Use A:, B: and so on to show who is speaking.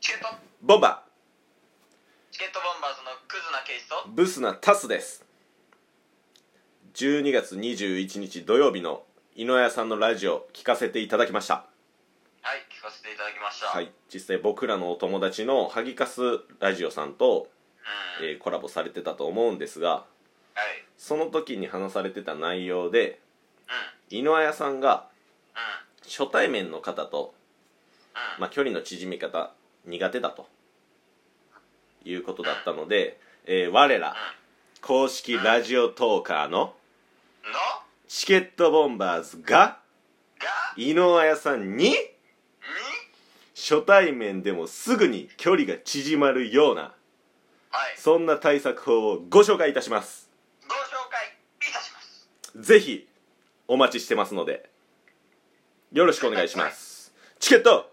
A: チケット
B: ボンバ
A: チケットボンバーズのクズなケイスト
B: ーブスなタスです12月21日土曜日の井上さんのラジオ聞かせていただきました
A: はい聞かせていただきました
B: は
A: はい、
B: い実際僕らのお友達のハギカスラジオさんと、
A: うん
B: えーコラボされてたと思うんですが
A: はい、
B: その時に話されてた内容で
A: うん
B: 井上さんが
A: うん
B: 初対面の方と、
A: うん
B: まあ、距離の縮み方苦手だということだったので、えー我ら公式ラジオトーカーの
A: の
B: チケットボンバーズが
A: が
B: 井上彩さんに
A: に
B: 初対面でもすぐに距離が縮まるような
A: はい
B: そんな対策法をご紹介いたします
A: ご紹介いたします
B: ぜひお待ちしてますのでよろしくお願いしますチケット